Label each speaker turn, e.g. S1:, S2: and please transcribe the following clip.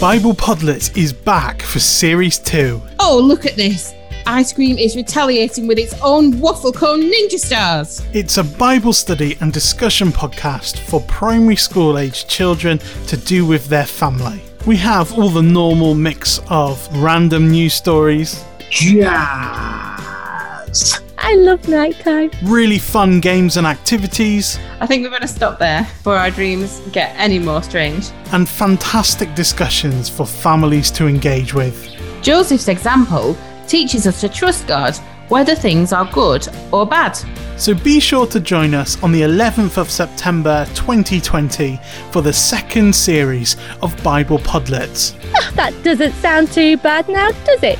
S1: Bible Podlet is back for Series 2.
S2: Oh, look at this. Ice cream is retaliating with its own waffle cone ninja stars.
S1: It's a Bible study and discussion podcast for primary school aged children to do with their family. We have all the normal mix of random news stories,
S3: Jazz.
S4: I love nighttime.
S1: really fun games and activities,
S2: I think we're going to stop there before our dreams get any more strange.
S1: and fantastic discussions for families to engage with.
S2: Joseph's example teaches us to trust God whether things are good or bad.
S1: So be sure to join us on the 11th of September 2020 for the second series of Bible Podlets.
S4: That doesn't sound too bad now, does it?